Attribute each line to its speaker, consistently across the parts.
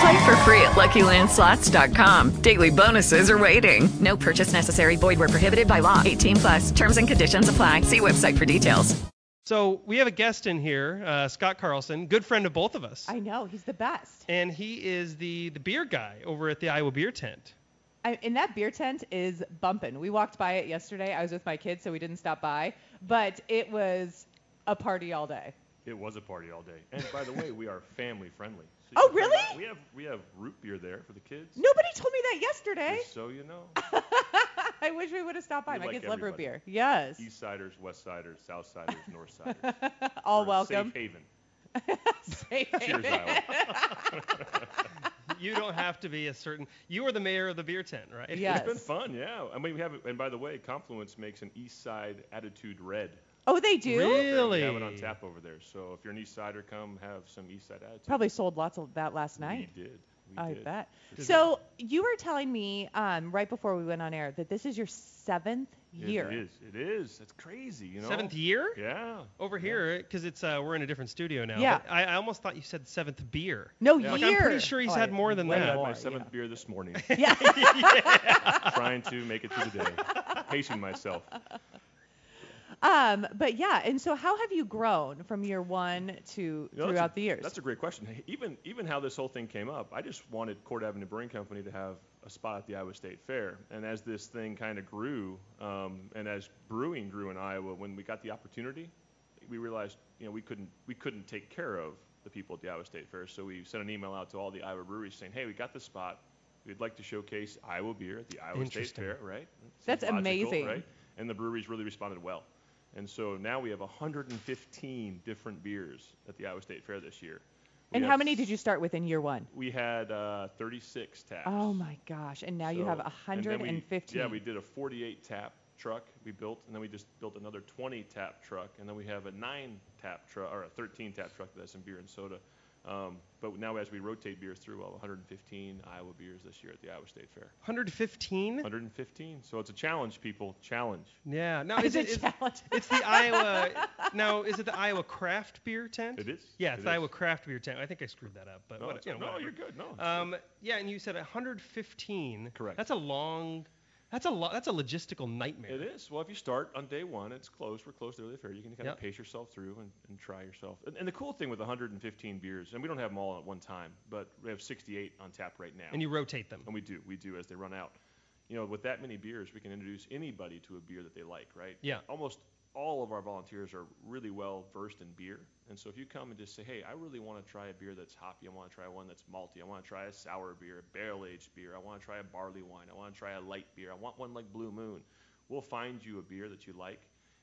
Speaker 1: Play for free at LuckyLandSlots.com. Daily bonuses are waiting. No purchase necessary. Void where prohibited by law. 18 plus. Terms and conditions apply. See website for details.
Speaker 2: So we have a guest in here, uh, Scott Carlson, good friend of both of us,
Speaker 3: I know he's the best.
Speaker 2: and he is the the beer guy over at the Iowa Beer Tent.
Speaker 3: I, and that beer tent is bumping. We walked by it yesterday. I was with my kids, so we didn't stop by, but it was a party all day.
Speaker 4: It was a party all day. And by the way, we are family friendly. So
Speaker 3: Oh,
Speaker 4: you can come
Speaker 3: really?
Speaker 4: out. We have we have root beer there for the kids.
Speaker 3: Nobody told me that yesterday.
Speaker 4: Just so you know,
Speaker 3: I wish we would have stopped by.
Speaker 4: We
Speaker 3: my
Speaker 4: like
Speaker 3: kids love root
Speaker 4: everybody.
Speaker 3: beer. Yes.
Speaker 4: east siders, west siders, south siders, north siders.
Speaker 3: all
Speaker 4: We're a
Speaker 3: welcome.
Speaker 4: Safe haven.
Speaker 3: Safe
Speaker 4: Cheers,
Speaker 3: haven.
Speaker 4: Iowa.
Speaker 2: You don't have to be a certain. You are the mayor of the beer tent, right?
Speaker 3: Yes.
Speaker 4: It's been fun, yeah. I mean, we have. And by the way, Confluence makes an east side attitude red.
Speaker 3: Oh, they do?
Speaker 2: Really?
Speaker 4: We have it on tap over there. So if you're an east sider, come have some east side attitude.
Speaker 3: Probably sold lots of that last
Speaker 4: We
Speaker 3: night.
Speaker 4: did. We
Speaker 3: I
Speaker 4: did.
Speaker 3: bet. So you were telling me um, right before we went on air that this is your seventh
Speaker 4: It
Speaker 3: year.
Speaker 4: is. It is. That's crazy. You know.
Speaker 2: Seventh year
Speaker 4: Yeah.
Speaker 2: over here because it's uh, we're in a different studio now.
Speaker 3: Yeah.
Speaker 2: but I, I almost thought you said seventh beer.
Speaker 3: No
Speaker 4: Yeah.
Speaker 3: year.
Speaker 4: Like,
Speaker 2: I'm pretty sure he's
Speaker 3: Oh,
Speaker 2: had
Speaker 3: I-
Speaker 2: more than
Speaker 3: way
Speaker 4: I had
Speaker 2: that.
Speaker 3: more,
Speaker 4: my seventh beer this morning.
Speaker 3: Yeah.
Speaker 4: trying to make it through the day, pacing myself.
Speaker 3: Um, but yeah, and so how have you grown from year one to
Speaker 4: You know, that's a-
Speaker 3: throughout the years?
Speaker 4: That's a great question. Even even how this whole thing came up, I just wanted Court Avenue Brewing Company to have a spot at the Iowa State Fair. And as this thing kind of grew, um, and as brewing grew in Iowa, when we got the opportunity, we realized you know we couldn't we couldn't take care of the people at the Iowa State Fair. So we sent an email out to all the Iowa breweries saying, hey, we got this spot. We'd like to showcase Iowa beer at the Iowa State
Speaker 2: Interesting.
Speaker 4: Fair, right? Seems
Speaker 3: That's amazing.
Speaker 4: Right? And the breweries really responded well. And so now we have 115 different beers at the Iowa State Fair this year. We
Speaker 3: and
Speaker 4: have
Speaker 3: how many did you start with in year one?
Speaker 4: We had uh, 36 taps.
Speaker 3: Oh my gosh! And now you have
Speaker 4: So- and then we-
Speaker 3: 115.
Speaker 4: Yeah, we did a 48 tap truck we built, and then we just built another 20 tap truck, and then we have a nine tap truck or a 13 tap truck that has some beer and soda. Um, but now as we rotate beers through, well, 115 Iowa beers this year at the Iowa State Fair.
Speaker 2: 115.
Speaker 4: 115. So it's a challenge, people. Challenge.
Speaker 2: Yeah. Now
Speaker 3: It's
Speaker 2: is
Speaker 3: a
Speaker 2: it? Is,
Speaker 3: challenge.
Speaker 2: it's the Iowa. Now is it the Iowa Craft Beer Tent?
Speaker 4: It is.
Speaker 2: Yeah, it's
Speaker 4: It
Speaker 2: the
Speaker 4: is.
Speaker 2: Iowa Craft Beer Tent. I think I screwed that up, but
Speaker 4: No,
Speaker 2: what,
Speaker 4: it's-
Speaker 2: you know,
Speaker 4: no,
Speaker 2: whatever.
Speaker 4: you're good. No, it's
Speaker 2: Um, yeah, and you said 115.
Speaker 4: Correct.
Speaker 2: That's a long. That's a lot. That's a logistical nightmare.
Speaker 4: It is. Well, if you start on day one, it's close. We're close to the fair. You can kind
Speaker 2: Yep.
Speaker 4: of pace yourself through and, and try yourself. And, and the cool thing with 115 beers, and we don't have them all at one time, but we have 68 on tap right now.
Speaker 2: And you rotate them.
Speaker 4: and we do, we do as they run out. You know, with that many beers, we can introduce anybody to a beer that they like, right?
Speaker 2: Yeah.
Speaker 4: Almost all of our volunteers are really well versed in beer, and so if you come and just say, "Hey, I really want to try a beer that's hoppy. I want to try one that's malty. I want to try a sour beer, a barrel-aged beer. I want to try a barley wine. I want to try a light beer. I want one like Blue Moon." We'll find you a beer that you like,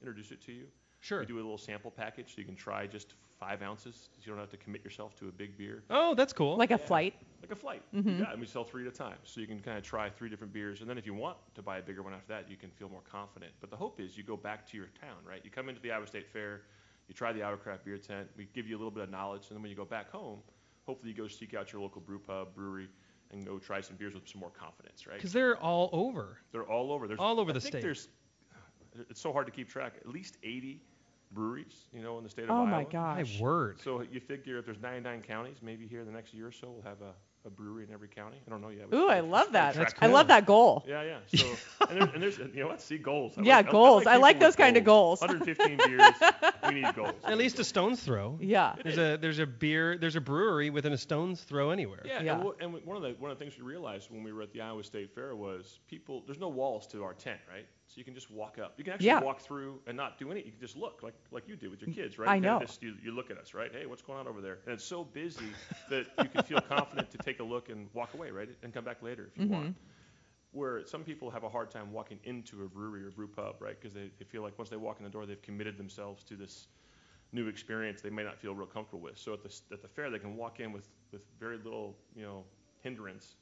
Speaker 4: introduce it to you.
Speaker 2: Sure.
Speaker 4: We do a little sample package so you can try just five ounces. So you don't have to commit yourself to a big beer
Speaker 2: Oh, that's cool.
Speaker 3: like a flight.
Speaker 4: like a flight.
Speaker 2: Mm-hmm.
Speaker 4: Yeah, and we sell three at a time, so you can kind of try three different beers, and then if you want to buy a bigger one after that, you can feel more confident. But the hope is you go back to your town, right? You come into the Iowa State Fair, you try the Iowa Craft Beer Tent, we give you a little bit of knowledge, and then when you go back home, hopefully you go seek out your local brew pub, brewery, and go try some beers with some more confidence, right?
Speaker 2: Because they're all over.
Speaker 4: They're all over. There's,
Speaker 2: All over
Speaker 4: I
Speaker 2: the
Speaker 4: think
Speaker 2: state.
Speaker 4: There's, it's so hard to keep track. At least 80 breweries, you know, in the state of
Speaker 3: Oh
Speaker 4: Iowa.
Speaker 3: my
Speaker 2: My
Speaker 3: gosh!
Speaker 2: word.
Speaker 4: So you figure if there's 99 counties, maybe here in the next year or so we'll have a, a brewery in every county. I don't know yet. We-
Speaker 3: Ooh, I
Speaker 4: we-
Speaker 3: love
Speaker 4: we
Speaker 3: that.
Speaker 4: track
Speaker 3: I
Speaker 4: that.
Speaker 3: love that goal.
Speaker 4: Yeah, yeah. So and, there, and there's you know what? See goals. I
Speaker 3: Yeah,
Speaker 4: like- I
Speaker 3: goals. I
Speaker 4: people
Speaker 3: like
Speaker 4: with
Speaker 3: those kind of goals.
Speaker 4: 115 beers. We need goals.
Speaker 2: At least a stone's throw.
Speaker 3: Yeah.
Speaker 2: There's a there's a beer there's a brewery within a stone's throw anywhere.
Speaker 4: Yeah,
Speaker 3: Yeah.
Speaker 4: And, wha- and one of the one of the things we realized when we were at the Iowa State Fair was people. There's no walls to our tent, right? So you can just walk up. You can actually
Speaker 3: Yeah. Mm,
Speaker 4: walk through and not do anything. You can just look, like like you did with your kids, right?
Speaker 3: I
Speaker 4: You kinda
Speaker 3: know.
Speaker 4: Just, you, you look at us, right? Hey, what's going on over there? And it's so busy that you can feel confident to take a look and walk away, right? And come back later if you
Speaker 3: Mm-hmm.
Speaker 4: want. Where some people have a hard time walking into a brewery or brew pub, right? Because they, they feel like once they walk in the door, they've committed themselves to this new experience they may not feel real comfortable with. So at the, s- at the fair, they can walk in with, with very little, you know, hindrance,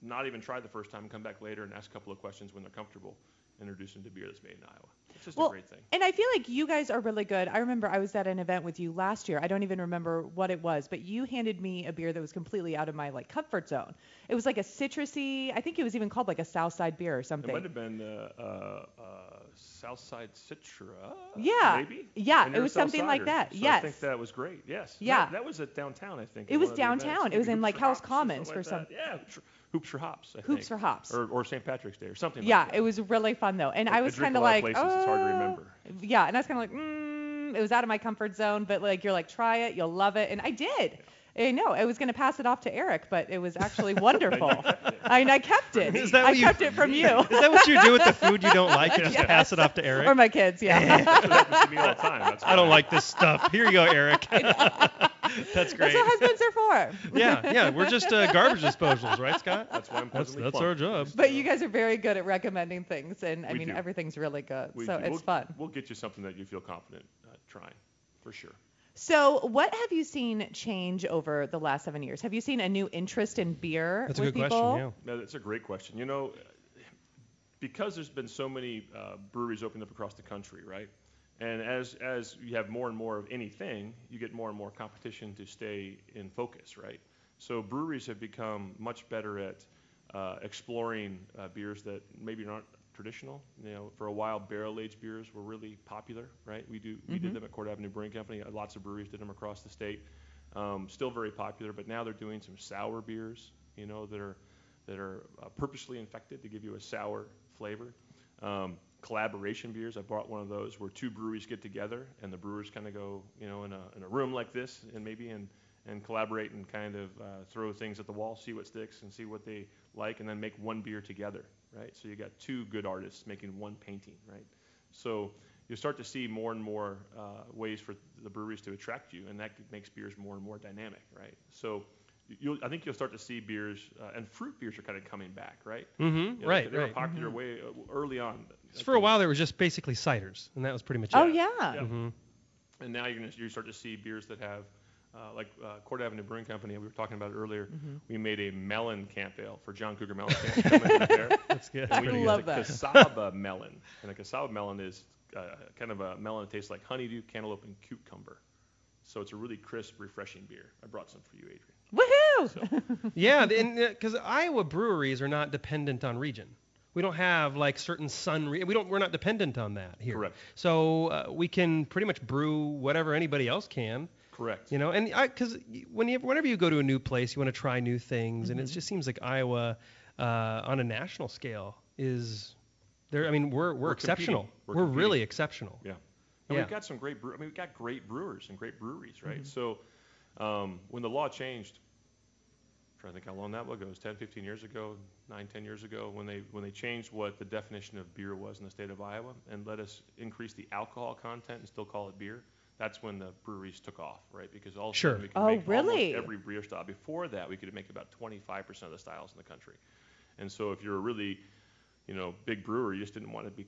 Speaker 4: not even try the first time, come back later and ask a couple of questions when they're comfortable, introduce them to beer that's made in Iowa. It's just
Speaker 3: well,
Speaker 4: a great thing.
Speaker 3: And I feel like you guys are really good. I remember I was at an event with you last year. I don't even remember what it was, but you handed me a beer that was completely out of my like comfort zone. It was like a citrusy. I think it was even called like a Southside beer or
Speaker 4: It
Speaker 3: something.
Speaker 4: might have been uh, uh, uh, Southside Citra.
Speaker 3: Yeah.
Speaker 4: Maybe.
Speaker 3: Yeah,
Speaker 4: And
Speaker 3: it
Speaker 4: you're
Speaker 3: was
Speaker 4: a
Speaker 3: something like
Speaker 4: Southsider,
Speaker 3: that.
Speaker 4: so I
Speaker 3: Yes.
Speaker 4: think that was great. Yes. That-
Speaker 3: Yeah.
Speaker 4: That, was at downtown, I think.
Speaker 3: It
Speaker 4: in
Speaker 3: was
Speaker 4: one of the events.
Speaker 3: downtown. It
Speaker 4: Maybe
Speaker 3: was in,
Speaker 4: Hoops
Speaker 3: like,
Speaker 4: for
Speaker 3: House
Speaker 4: Hops or
Speaker 3: Commons
Speaker 4: something
Speaker 3: for
Speaker 4: like that. Yeah. tr- Hoops for Hops. I
Speaker 3: Hoops
Speaker 4: think.
Speaker 3: for Hops.
Speaker 4: Or, or St. Patrick's Day or something.
Speaker 3: yeah,
Speaker 4: Like that.
Speaker 3: it was really fun though, and I was
Speaker 4: drink
Speaker 3: kind
Speaker 4: a
Speaker 3: of
Speaker 4: lot of
Speaker 3: like,
Speaker 4: places, it's hard to
Speaker 3: "Uh,"
Speaker 4: remember.
Speaker 3: Yeah, and I was kind of like, mm, it was out of my comfort zone, but like you're like, try it, you'll love it, and I did. I know I was gonna pass it off to Eric, but it was actually wonderful. I mean, I kept it.
Speaker 2: Is that
Speaker 3: I
Speaker 2: what you-
Speaker 3: kept it from you
Speaker 2: Is that what you do with the food you don't like? You just pass it off to Eric.
Speaker 3: or my kids. Yeah,
Speaker 4: That happens to me all the time. That's
Speaker 2: I don't
Speaker 4: why.
Speaker 2: like this stuff. Here you go, Eric. that's great.
Speaker 3: that's what husbands are for.
Speaker 2: yeah, yeah. We're just uh, garbage disposals, right, Scott?
Speaker 4: That's why I'm
Speaker 2: That's,
Speaker 4: pleasantly
Speaker 2: that's
Speaker 4: plump.
Speaker 2: our job.
Speaker 3: But you guys are very good at recommending things, and I
Speaker 4: We
Speaker 3: mean
Speaker 4: do.
Speaker 3: everything's really good,
Speaker 4: We-
Speaker 3: so it's
Speaker 4: we'll-
Speaker 3: fun.
Speaker 4: We'll get you something that you feel confident uh, trying, for sure.
Speaker 3: So, what have you seen change over the last seven years? Have you seen a new interest in beer
Speaker 2: That's a
Speaker 3: with
Speaker 2: good
Speaker 3: people?
Speaker 2: question. Yeah.
Speaker 4: No, that's a great question. You know, because there's been so many uh, breweries opened up across the country, right? And as as you have more and more of anything, you get more and more competition to stay in focus, right? So breweries have become much better at uh, exploring uh, beers that maybe aren't traditional. You know, for a while, barrel-aged beers were really popular, right? We do we did them at Court Avenue Brewing Company. Uh, Lots of breweries did them across the state. Um, still very popular, but now they're doing some sour beers. You know, that are that are uh, purposely infected to give you a sour flavor. Um, collaboration beers, I bought one of those where two breweries get together and the brewers kind of go, you know, in a, in a room like this and maybe and, and collaborate and kind of uh, throw things at the wall, see what sticks and see what they like, and then make one beer together, right? So you got two good artists making one painting, right? So you start to see more and more uh, ways for the breweries to attract you, and that makes beers more and more dynamic, right? So you'll, I think you'll start to see beers, uh, and fruit beers are kind of coming back, right? Mm-hmm.
Speaker 2: right,
Speaker 4: They were
Speaker 2: right.
Speaker 4: popular way uh, early on. I
Speaker 2: For a
Speaker 4: think.
Speaker 2: while, there was just basically ciders, and that was pretty much
Speaker 3: Oh
Speaker 2: it.
Speaker 3: yeah.
Speaker 4: and now you're gonna you start to see beers that have uh, like uh, Court Avenue Brewing Company. We were talking about it earlier.
Speaker 2: Mm-hmm.
Speaker 4: We made a melon camp ale for John Cougar Melon Camp. to come in there.
Speaker 2: That's good. That's
Speaker 4: we
Speaker 2: pretty good.
Speaker 4: used
Speaker 3: love
Speaker 4: a
Speaker 3: that.
Speaker 4: cassava melon, and a cassava melon is uh, kind of a melon that tastes like honeydew, cantaloupe, and cucumber. So it's a really crisp, refreshing beer. I brought some for you, Adrian.
Speaker 3: Woohoo!
Speaker 2: Yeah, because Iowa breweries are not dependent on region. We don't have like certain sun. Re- we don't. We're not dependent on that here.
Speaker 4: Correct.
Speaker 2: So uh, we can pretty much brew whatever anybody else can.
Speaker 4: Correct.
Speaker 2: You know, and because when you, whenever you go to a new place, you want to try new things, and it just seems like Iowa, uh, on a national scale, is there. I mean, we're we're,
Speaker 4: We're
Speaker 2: exceptional.
Speaker 4: competing. We're
Speaker 2: really
Speaker 4: competing.
Speaker 2: exceptional.
Speaker 4: Yeah. And
Speaker 2: Yeah. Mm-hmm.
Speaker 4: we've got some great brew- I mean, we've got great brewers and great breweries, right? So um, when the law changed, I'm trying to think how long that was ago, it was 10, 15 years ago, 9, 10 years ago, when they when they changed what the definition of beer was in the state of Iowa and let us increase the alcohol content and still call it beer. That's when the breweries took off, right? Because all of a
Speaker 2: Sure.
Speaker 4: sudden we could
Speaker 3: Oh,
Speaker 4: make almost
Speaker 3: really?
Speaker 4: every beer style. Before that, we could make about 25% of the styles in the country. And so if you're a really, you know, big brewer, you just didn't want to be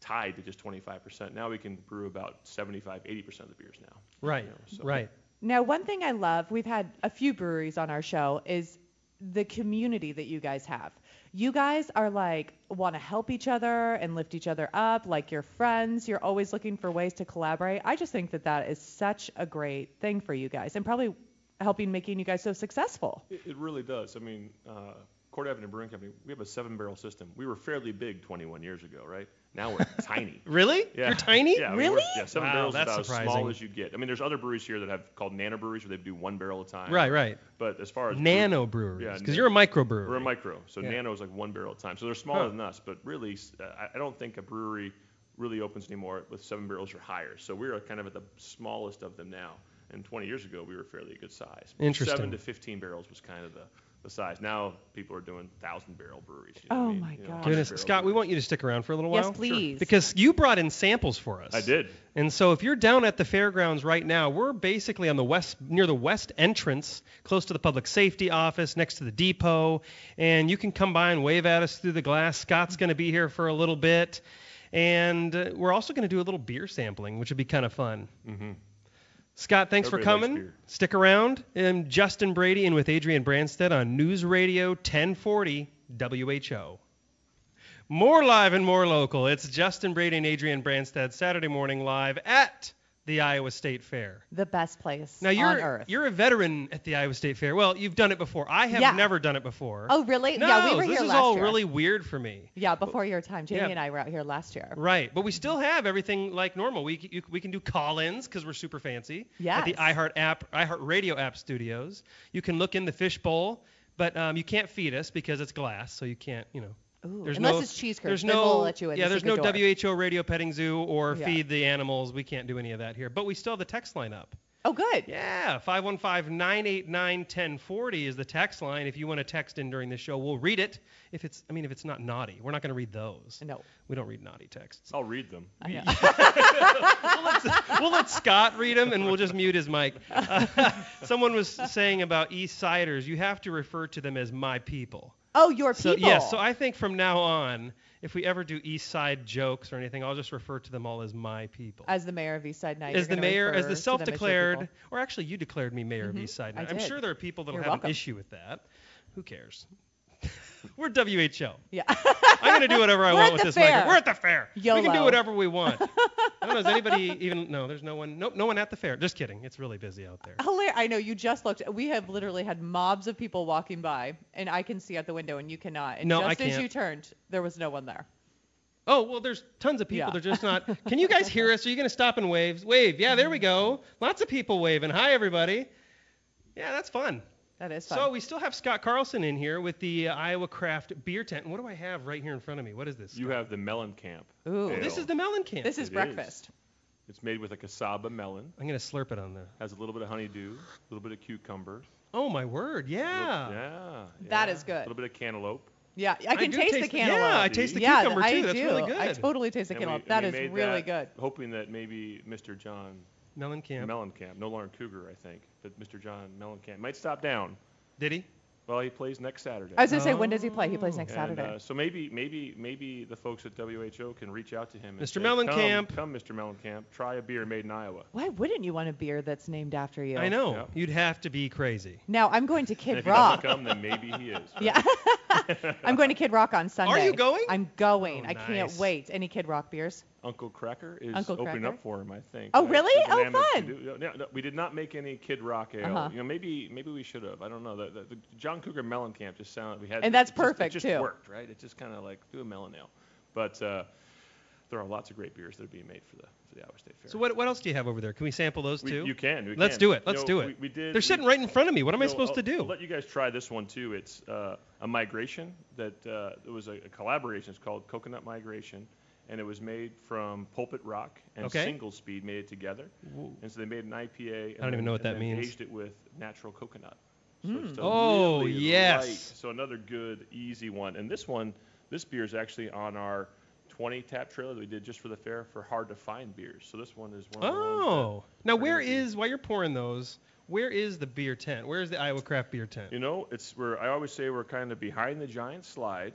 Speaker 4: tied to just 25%. Now we can brew about 75, 80% of the beers now.
Speaker 2: Right. Right.
Speaker 3: Now, one thing I love, we've had a few breweries on our show, is the community that you guys have. You guys are like, want to help each other and lift each other up, like you're friends. You're always looking for ways to collaborate. I just think that that is such a great thing for you guys and probably helping making you guys so successful.
Speaker 4: It, it really does. I mean, uh, Court Avenue Brewing Company, we have a seven barrel system. We were fairly big 21 years ago, right? Now we're tiny.
Speaker 2: Really?
Speaker 4: Yeah.
Speaker 2: You're tiny.
Speaker 4: Yeah, I mean, we're-
Speaker 3: Really?
Speaker 4: yeah, seven
Speaker 2: Wow,
Speaker 4: barrels
Speaker 2: that's
Speaker 4: is about as
Speaker 2: surprising.
Speaker 4: small as you get. I mean, there's other breweries here that have called nano breweries where they do one barrel at a time.
Speaker 2: Right. Right.
Speaker 4: But as far as
Speaker 2: Nano breweries. Because
Speaker 4: nan-
Speaker 2: you're a microbrewer.
Speaker 4: We're a micro, so
Speaker 2: Yeah.
Speaker 4: nano is like one barrel at a time. So they're smaller
Speaker 2: Huh.
Speaker 4: than us, but really, s- uh, I- I don't think a brewery really opens anymore with seven barrels or higher. So we're kind of at the smallest of them now. And 20 years ago, we were fairly good size.
Speaker 2: Interesting.
Speaker 4: Seven to 15 barrels was kind of the, the size. Now people are doing thousand barrel breweries. you
Speaker 3: Oh
Speaker 4: what I mean?
Speaker 3: my
Speaker 4: You know,
Speaker 3: gosh.
Speaker 4: 100
Speaker 2: Goodness,
Speaker 4: barrel
Speaker 2: Scott, we
Speaker 4: breweries.
Speaker 2: want you to stick around for a little
Speaker 3: Yes,
Speaker 2: while.
Speaker 3: please.
Speaker 2: Because you brought in samples for us.
Speaker 4: I did.
Speaker 2: And so if you're down at the fairgrounds right now, we're basically on the west near the west entrance, close to the public safety office, next to the depot, and you can come by and wave at us through the glass. Scott's going to be here for a little bit. And uh, we're also going to do a little beer sampling, which would be kind of fun. Scott, thanks
Speaker 4: Everybody
Speaker 2: for
Speaker 4: likes
Speaker 2: coming.
Speaker 4: beer.
Speaker 2: Stick around. I'm Justin Brady and with Adrian Branstead on News Radio 1040 WHO. More live and more local. It's Justin Brady and Adrian Branstad Saturday morning live at the Iowa State Fair.
Speaker 3: The best place
Speaker 2: Now you're
Speaker 3: on earth.
Speaker 2: you're a veteran at the Iowa State Fair. Well, you've done it before. I have
Speaker 3: Yeah.
Speaker 2: never done it before.
Speaker 3: oh, really?
Speaker 2: No,
Speaker 3: yeah, we were
Speaker 2: this
Speaker 3: here
Speaker 2: is
Speaker 3: last
Speaker 2: all
Speaker 3: year.
Speaker 2: really weird for me.
Speaker 3: yeah, before your time. Jamie
Speaker 2: Yeah.
Speaker 3: and I were out here last year.
Speaker 2: Right, but we still have everything like normal. We c- you, we can do call-ins because we're super fancy at the
Speaker 3: Yes.
Speaker 2: iHeart app, iHeart Radio app studios. You can look in the fishbowl, but um, you can't feed us because it's glass, so you can't, you know.
Speaker 3: Ooh, unless it's cheese curds,
Speaker 2: There's
Speaker 3: then
Speaker 2: no,
Speaker 3: we'll let you in.
Speaker 2: Yeah,
Speaker 3: It's a
Speaker 2: there's
Speaker 3: good
Speaker 2: no
Speaker 3: door.
Speaker 2: WHO radio petting zoo or
Speaker 3: Yeah.
Speaker 2: feed the animals. We can't do any of that here, but we still have the text line up.
Speaker 3: Oh, good.
Speaker 2: Yeah, 515-989-1040 is the text line. If you want to text in during the show, we'll read it. If it's, I mean, if it's not naughty, we're not going to read those.
Speaker 3: No.
Speaker 2: we don't read naughty texts.
Speaker 4: I'll read them.
Speaker 2: we'll let Scott read them, and we'll just mute his mic. Uh, someone was saying about East Siders, you have to refer to them as my people.
Speaker 3: Oh, your
Speaker 2: So
Speaker 3: people.
Speaker 2: yes, so I think from now on, if we ever do East Side jokes or anything, I'll just refer to them all as my people.
Speaker 3: as the mayor of Eastside Night.
Speaker 2: as
Speaker 3: you're
Speaker 2: the
Speaker 3: gonna
Speaker 2: mayor, as
Speaker 3: refer
Speaker 2: the
Speaker 3: to them your
Speaker 2: self-declared,
Speaker 3: people. Mm-hmm.
Speaker 2: or actually you declared me mayor of East Side.
Speaker 3: I
Speaker 2: Now, I'm
Speaker 3: did.
Speaker 2: sure there are people that'll
Speaker 3: You're
Speaker 2: have
Speaker 3: welcome.
Speaker 2: an issue with that. Who cares? We're WHO.
Speaker 3: Yeah.
Speaker 2: I'm gonna do whatever I
Speaker 3: We're
Speaker 2: want
Speaker 3: at
Speaker 2: with
Speaker 3: the
Speaker 2: this
Speaker 3: fair.
Speaker 2: mic. We're at the fair. We can do
Speaker 3: YOLO.
Speaker 2: whatever we want. I don't know. Is anybody even? No, there's no one. Nope, no one at the fair. Just kidding. It's really busy out there.
Speaker 3: Hilar- I know you just looked. We have literally had mobs of people walking by, and I can see out the window, and you cannot. And
Speaker 2: No,
Speaker 3: just
Speaker 2: I
Speaker 3: as
Speaker 2: can't.
Speaker 3: you turned, there was no one there.
Speaker 2: Oh well, there's tons of people.
Speaker 3: Yeah.
Speaker 2: They're just not. Can you guys hear us? Are you gonna stop and wave? Wave. Yeah, there we go. Lots of people waving. Hi everybody. Yeah, that's fun.
Speaker 3: That is fun.
Speaker 2: So we still have Scott Carlson in here with the uh, Iowa Craft Beer Tent. And what do I have right here in front of me? What is this? Oh,
Speaker 4: You have the melon camp.
Speaker 3: Ooh.
Speaker 4: ale.
Speaker 2: this is the melon can.
Speaker 3: this is
Speaker 4: It is.
Speaker 3: breakfast.
Speaker 4: It's made with a cassava melon.
Speaker 2: I'm gonna slurp it on the.
Speaker 4: Has a little bit of honeydew, a little bit of cucumber.
Speaker 2: Oh my word!
Speaker 4: a little-
Speaker 2: Yeah.
Speaker 4: yeah.
Speaker 3: That
Speaker 4: yeah.
Speaker 3: is good.
Speaker 4: A little bit of cantaloupe.
Speaker 3: Yeah, I can
Speaker 2: do
Speaker 3: taste, the cantaloupe.
Speaker 2: Yeah, I taste the
Speaker 3: Yeah,
Speaker 2: cucumber
Speaker 3: I
Speaker 2: too. That's
Speaker 3: do.
Speaker 2: really good.
Speaker 3: I totally taste the
Speaker 4: And we-
Speaker 3: cantaloupe.
Speaker 4: and
Speaker 3: That
Speaker 4: we
Speaker 3: is
Speaker 4: made
Speaker 3: really
Speaker 4: that
Speaker 3: good.
Speaker 4: Hoping that maybe Mr. John
Speaker 2: melon camp.
Speaker 4: Mellencamp, no longer Cougar, I think, but Mr. John Mellencamp might stop down.
Speaker 2: Did he?
Speaker 4: Well, he plays next Saturday.
Speaker 3: I was gonna say, when does he play? He plays next
Speaker 4: And,
Speaker 3: Saturday.
Speaker 4: uh, so maybe, maybe, maybe the folks at WHO can reach out to him. And
Speaker 2: Mr.
Speaker 4: say,
Speaker 2: Mellencamp.
Speaker 4: Come, come, Mr. Mellencamp, try a beer made in Iowa.
Speaker 3: Why wouldn't you want a beer that's named after you?
Speaker 2: I know.
Speaker 4: Yeah.
Speaker 2: You'd have to be crazy.
Speaker 3: Now I'm going to
Speaker 4: And
Speaker 3: Kid
Speaker 4: if he doesn't
Speaker 3: Rock.
Speaker 4: come, then maybe he is.
Speaker 3: Yeah. I'm going to Kid Rock on Sunday.
Speaker 2: you going?
Speaker 3: I'm going.
Speaker 2: Oh,
Speaker 3: I can't
Speaker 2: nice.
Speaker 3: wait. Any Kid Rock beers?
Speaker 4: Uncle Cracker is
Speaker 3: Uncle
Speaker 4: opening
Speaker 3: Cracker?
Speaker 4: up for him, I think.
Speaker 3: Oh,
Speaker 4: I-
Speaker 3: really?
Speaker 4: the
Speaker 3: Oh,
Speaker 4: Lambeth
Speaker 3: fun.
Speaker 4: do- no, no, we did not make any Kid Rock ale.
Speaker 3: Uh-huh.
Speaker 4: You know, maybe, maybe we should have. I don't know. The, the, the John Cougar Mellencamp just sounded. We had.
Speaker 3: And that's
Speaker 4: it just-
Speaker 3: perfect,
Speaker 4: It just
Speaker 3: too.
Speaker 4: worked, right? It just kind of like do a melon ale, but uh, there are lots of great beers that are being made for the for the Iowa State Fair.
Speaker 2: So what, what else do you have over there? Can we sample those
Speaker 4: We-
Speaker 2: two?
Speaker 4: you can, we
Speaker 2: Let's
Speaker 4: can.
Speaker 2: do it.
Speaker 4: You
Speaker 2: Let's
Speaker 4: know,
Speaker 2: do it.
Speaker 4: we- we
Speaker 2: They're
Speaker 4: did- we-
Speaker 2: sitting right in front of me. What am I
Speaker 4: No,
Speaker 2: supposed
Speaker 4: I'll-
Speaker 2: to do?
Speaker 4: I'll let you guys try this one too. It's uh, a migration that uh, it was a, a collaboration. It's called Coconut Migration, and it was made from Pulpit Rock and
Speaker 2: Okay.
Speaker 4: Single Speed made it together. And so they made an IPA. And
Speaker 2: I don't even
Speaker 4: then-
Speaker 2: know what
Speaker 4: and
Speaker 2: that
Speaker 4: then
Speaker 2: means.
Speaker 4: Aged it with natural coconut. So it's a
Speaker 2: Oh,
Speaker 4: really
Speaker 2: yes.
Speaker 4: light- so another good, easy one. And this one, this beer is actually on our 20 tap trailer that we did just for the fair for hard to find beers. So this one is one. Of the ones that-
Speaker 2: Oh. Now where
Speaker 4: gonna do-
Speaker 2: is while you're pouring those? Where is the beer tent? Where is the Iowa Craft Beer Tent?
Speaker 4: You know, it's where I always say we're kind of behind the giant slide,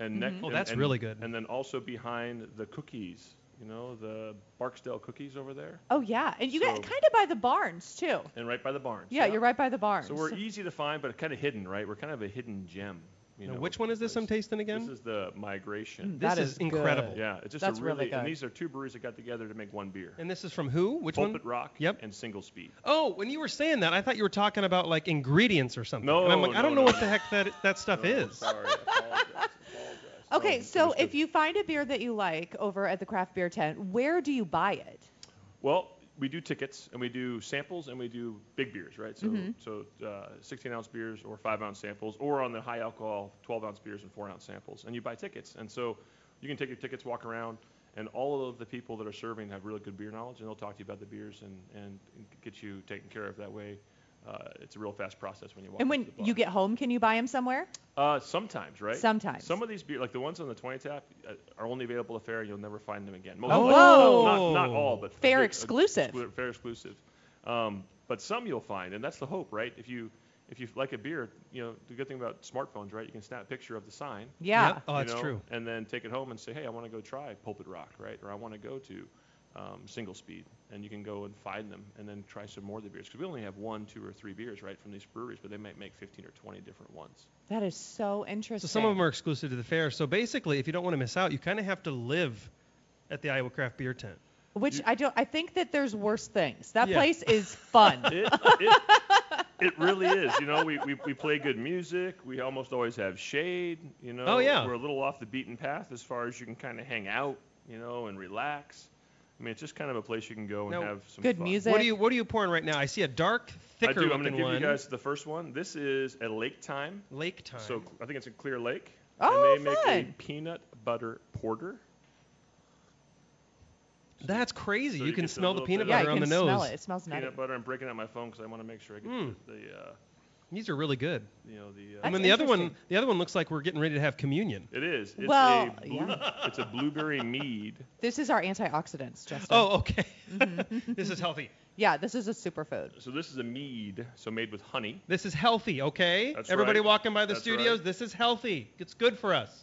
Speaker 4: and next.
Speaker 2: Oh, that's really good.
Speaker 4: And then also behind the cookies. You know, the Barksdale cookies over there,
Speaker 3: Oh yeah, and you
Speaker 4: So-
Speaker 3: get kind of by the barns too.
Speaker 4: and right by the barns.
Speaker 3: Yeah, you're right by the barns.
Speaker 4: So we're easy to find, but kind of hidden, right? We're kind of a hidden gem. You
Speaker 2: Now,
Speaker 4: know,
Speaker 2: which one is this I'm
Speaker 4: place.
Speaker 2: tasting again?
Speaker 4: This is the migration.
Speaker 2: Mm, this
Speaker 3: That
Speaker 2: is,
Speaker 3: is
Speaker 2: incredible.
Speaker 3: good.
Speaker 4: Yeah, it's just
Speaker 3: That's
Speaker 4: a
Speaker 3: really
Speaker 4: really,
Speaker 3: good.
Speaker 4: and these are two breweries that got together to make one beer.
Speaker 2: And this is from who? Which
Speaker 4: Pulpit
Speaker 2: one?
Speaker 4: Rock
Speaker 2: Yep.
Speaker 4: and Single Speed.
Speaker 2: Oh, when you were saying that, I thought you were talking about like ingredients or something.
Speaker 4: No,
Speaker 2: and I'm like, I
Speaker 4: no,
Speaker 2: don't know
Speaker 4: no,
Speaker 2: what
Speaker 4: no.
Speaker 2: the heck that that stuff
Speaker 4: Oh,
Speaker 2: is.
Speaker 4: Sorry, I apologize. I apologize.
Speaker 3: okay,
Speaker 4: Um,
Speaker 3: so
Speaker 4: it was
Speaker 3: if
Speaker 4: the-
Speaker 3: you find a beer that you like over at the craft beer tent, where do you buy it?
Speaker 4: Well, we do tickets and we do samples and we do big beers, right? So,
Speaker 3: Mm-hmm.
Speaker 4: so uh, 16 ounce beers or five ounce samples, or on the high alcohol 12 ounce beers and four ounce samples, and you buy tickets. And so you can take your tickets, walk around, and all of the people that are serving have really good beer knowledge, and they'll talk to you about the beers and, and get you taken care of that way. Uh, it's a real fast process when you walk.
Speaker 3: And
Speaker 4: up
Speaker 3: when
Speaker 4: to the
Speaker 3: you
Speaker 4: bar.
Speaker 3: get home, can you buy them somewhere?
Speaker 4: Uh, sometimes, right?
Speaker 3: Sometimes.
Speaker 4: Some of these beer, like the ones on the 20 tap, uh, are only available at fair. and You'll never find them again. Most
Speaker 2: Oh,
Speaker 4: likely.
Speaker 2: whoa.
Speaker 4: Not, not all, but
Speaker 3: Fair
Speaker 4: uh,
Speaker 3: exclusive.
Speaker 4: exclu- fair exclusive. Um, but some you'll find, and that's the hope, right? If you if you like a beer, you know the good thing about smartphones, right? You can snap a picture of the sign.
Speaker 3: Yeah.
Speaker 2: Yep. Oh,
Speaker 4: you
Speaker 2: that's
Speaker 4: know,
Speaker 2: true.
Speaker 4: And then take it home and say, hey, I want to go try Pulpit Rock, right? Or I want to go to um, single speed, and you can go and find them, and then try some more of the beers because we only have one, two, or three beers right from these breweries, but they might make 15 or 20 different ones.
Speaker 3: That is so
Speaker 2: So
Speaker 3: interesting.
Speaker 2: some of them are exclusive to the fair. So basically, if you don't want to miss out, you kind of have to live at the Iowa Craft Beer Tent.
Speaker 3: Which I don't. I think that there's worse things. That
Speaker 2: Yeah.
Speaker 3: place is fun.
Speaker 4: It, it, it really is. You know, we, we, we play good music. We almost always have shade. You know,
Speaker 2: Oh, yeah.
Speaker 4: we're a little off the beaten path as far as you can kind of hang out, you know, and relax. I mean, it's just kind of a place you can go and
Speaker 2: Now,
Speaker 4: have some
Speaker 3: good
Speaker 4: fun.
Speaker 3: music.
Speaker 2: What are you What are you pouring right now? I see a dark,
Speaker 4: I
Speaker 2: thicker
Speaker 4: do.
Speaker 2: looking
Speaker 4: I'm going to give
Speaker 2: one.
Speaker 4: you guys the first one. This is a lake time.
Speaker 2: Lake time.
Speaker 4: So I think it's a clear lake.
Speaker 3: Oh,
Speaker 4: and they make a
Speaker 3: fun.
Speaker 4: peanut butter porter.
Speaker 2: That's crazy.
Speaker 4: So
Speaker 2: you
Speaker 4: you
Speaker 2: can
Speaker 4: get the
Speaker 2: smell the
Speaker 4: little
Speaker 2: peanut
Speaker 4: bit
Speaker 3: yeah,
Speaker 4: of-
Speaker 2: butter
Speaker 3: you
Speaker 2: on
Speaker 3: can
Speaker 2: the nose.
Speaker 3: smell it. It smells nutty.
Speaker 4: Peanut butter. I'm breaking out my phone because I want to make sure I get
Speaker 2: Mm.
Speaker 4: the, the uh,
Speaker 2: These are really good.
Speaker 4: you know the. Uh,
Speaker 2: I
Speaker 3: That's
Speaker 2: mean, the other one,
Speaker 3: interesting.
Speaker 2: the other one looks like we're getting ready to have communion.
Speaker 4: it is. It's
Speaker 3: Well,
Speaker 4: a blue,
Speaker 3: yeah.
Speaker 4: It's a blueberry mead.
Speaker 3: This is our antioxidants, Justin.
Speaker 2: Oh, okay.
Speaker 3: Mm-hmm.
Speaker 2: this is healthy.
Speaker 3: yeah. This is a superfood.
Speaker 4: So this is a mead, so made with honey.
Speaker 2: This is healthy, okay?
Speaker 4: That's
Speaker 2: everybody
Speaker 4: right.
Speaker 2: walking by the
Speaker 4: That's
Speaker 2: studios,
Speaker 4: right.
Speaker 2: this is healthy. It's good for us.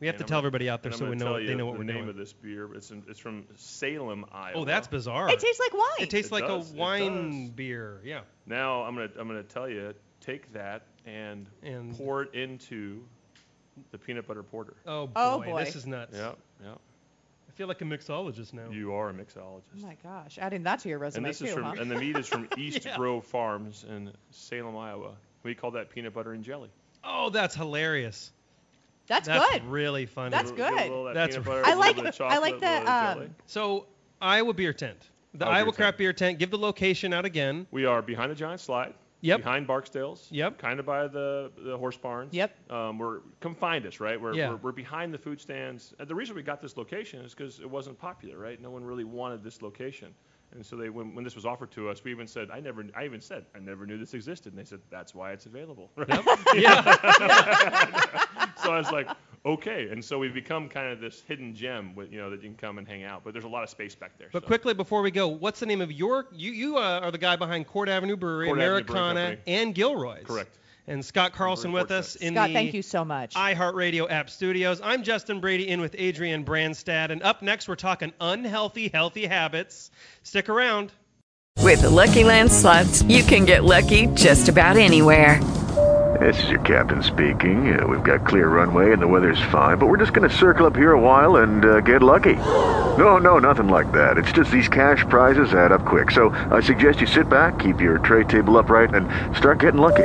Speaker 2: We have
Speaker 4: And
Speaker 2: to
Speaker 4: I'm
Speaker 2: tell
Speaker 4: gonna-
Speaker 2: everybody out there
Speaker 4: and I'm
Speaker 2: so we
Speaker 4: gonna
Speaker 2: know
Speaker 4: tell
Speaker 2: they
Speaker 4: you
Speaker 2: know what
Speaker 4: the
Speaker 2: we're
Speaker 4: name
Speaker 2: doing.
Speaker 4: of this beer. It's in, it's from Salem, Iowa.
Speaker 2: oh, that's bizarre.
Speaker 5: It tastes like wine.
Speaker 2: It tastes
Speaker 4: It
Speaker 2: like
Speaker 4: does,
Speaker 2: a
Speaker 4: it
Speaker 2: wine
Speaker 4: does.
Speaker 2: beer. Yeah.
Speaker 4: Now I'm gonna I'm gonna tell you take that and,
Speaker 2: And-
Speaker 4: pour it into the peanut butter porter.
Speaker 2: Oh boy,
Speaker 3: Oh, boy.
Speaker 2: this is nuts.
Speaker 4: Yep, yep.
Speaker 2: I feel like a mixologist now.
Speaker 4: You are a
Speaker 3: Oh
Speaker 4: mixologist.
Speaker 3: my gosh. Adding that to your
Speaker 4: and
Speaker 3: resume
Speaker 4: this
Speaker 3: too,
Speaker 4: is from
Speaker 3: huh?
Speaker 4: and the mead is from East Grove Farms in Salem, Iowa. We call that peanut butter and jelly.
Speaker 2: oh, that's hilarious.
Speaker 3: That's,
Speaker 2: that's
Speaker 3: good.
Speaker 2: really funny.
Speaker 3: That's
Speaker 4: Give a little- give a
Speaker 3: good.
Speaker 4: little of that
Speaker 2: That's
Speaker 4: peanut
Speaker 2: r-
Speaker 4: butter,
Speaker 2: I
Speaker 4: a little
Speaker 3: like
Speaker 4: bit of
Speaker 3: the- I like
Speaker 4: chocolate, a
Speaker 3: the,
Speaker 4: little jelly.
Speaker 3: um,
Speaker 2: So Iowa Beer Tent, the
Speaker 4: Iowa
Speaker 2: Iowa
Speaker 4: Beer
Speaker 2: Craft
Speaker 4: Tent.
Speaker 2: Beer Tent. Give the location out again.
Speaker 4: We are behind the giant slide.
Speaker 2: Mm-hmm. Yep.
Speaker 4: Behind Barksdale's.
Speaker 2: Yep.
Speaker 4: Kind of by the, the horse barns.
Speaker 3: Yep.
Speaker 4: Um, we're come find us, right? We're,
Speaker 2: Yeah.
Speaker 4: we're we're behind the food stands. And the reason we got this location is because it wasn't popular, right? No one really wanted this location. And so they when, when this was offered to us, we even said I never I even said I never knew this existed. And they said that's why it's available. Right?
Speaker 2: yeah.
Speaker 4: so I was like, okay. And so we've become kind of this hidden gem with you know that you can come and hang out. But there's a lot of space back there.
Speaker 2: But
Speaker 4: so.
Speaker 2: quickly before we go, what's the name of your? You you uh, are the guy behind Court Avenue Brewery,
Speaker 4: Court Avenue Brewing
Speaker 2: Americana,
Speaker 4: Company.
Speaker 2: and Gilroy's.
Speaker 4: Correct.
Speaker 2: And Scott Carlson
Speaker 4: Very
Speaker 2: with us in
Speaker 3: Scott,
Speaker 2: the
Speaker 3: thank you so much.
Speaker 2: iHeartRadio app studios. I'm Justin Brady in with Adrian Brandstad, and up next we're talking unhealthy, healthy habits. Stick around.
Speaker 1: With the Lucky Land slots, you can get lucky just about anywhere.
Speaker 6: This is your captain speaking. Uh, we've got clear runway and the weather's fine, but we're just going to circle up here a while and uh, get lucky. No, no, nothing like that. It's just these cash prizes add up quick. So I suggest you sit back, keep your tray table upright, and start getting lucky.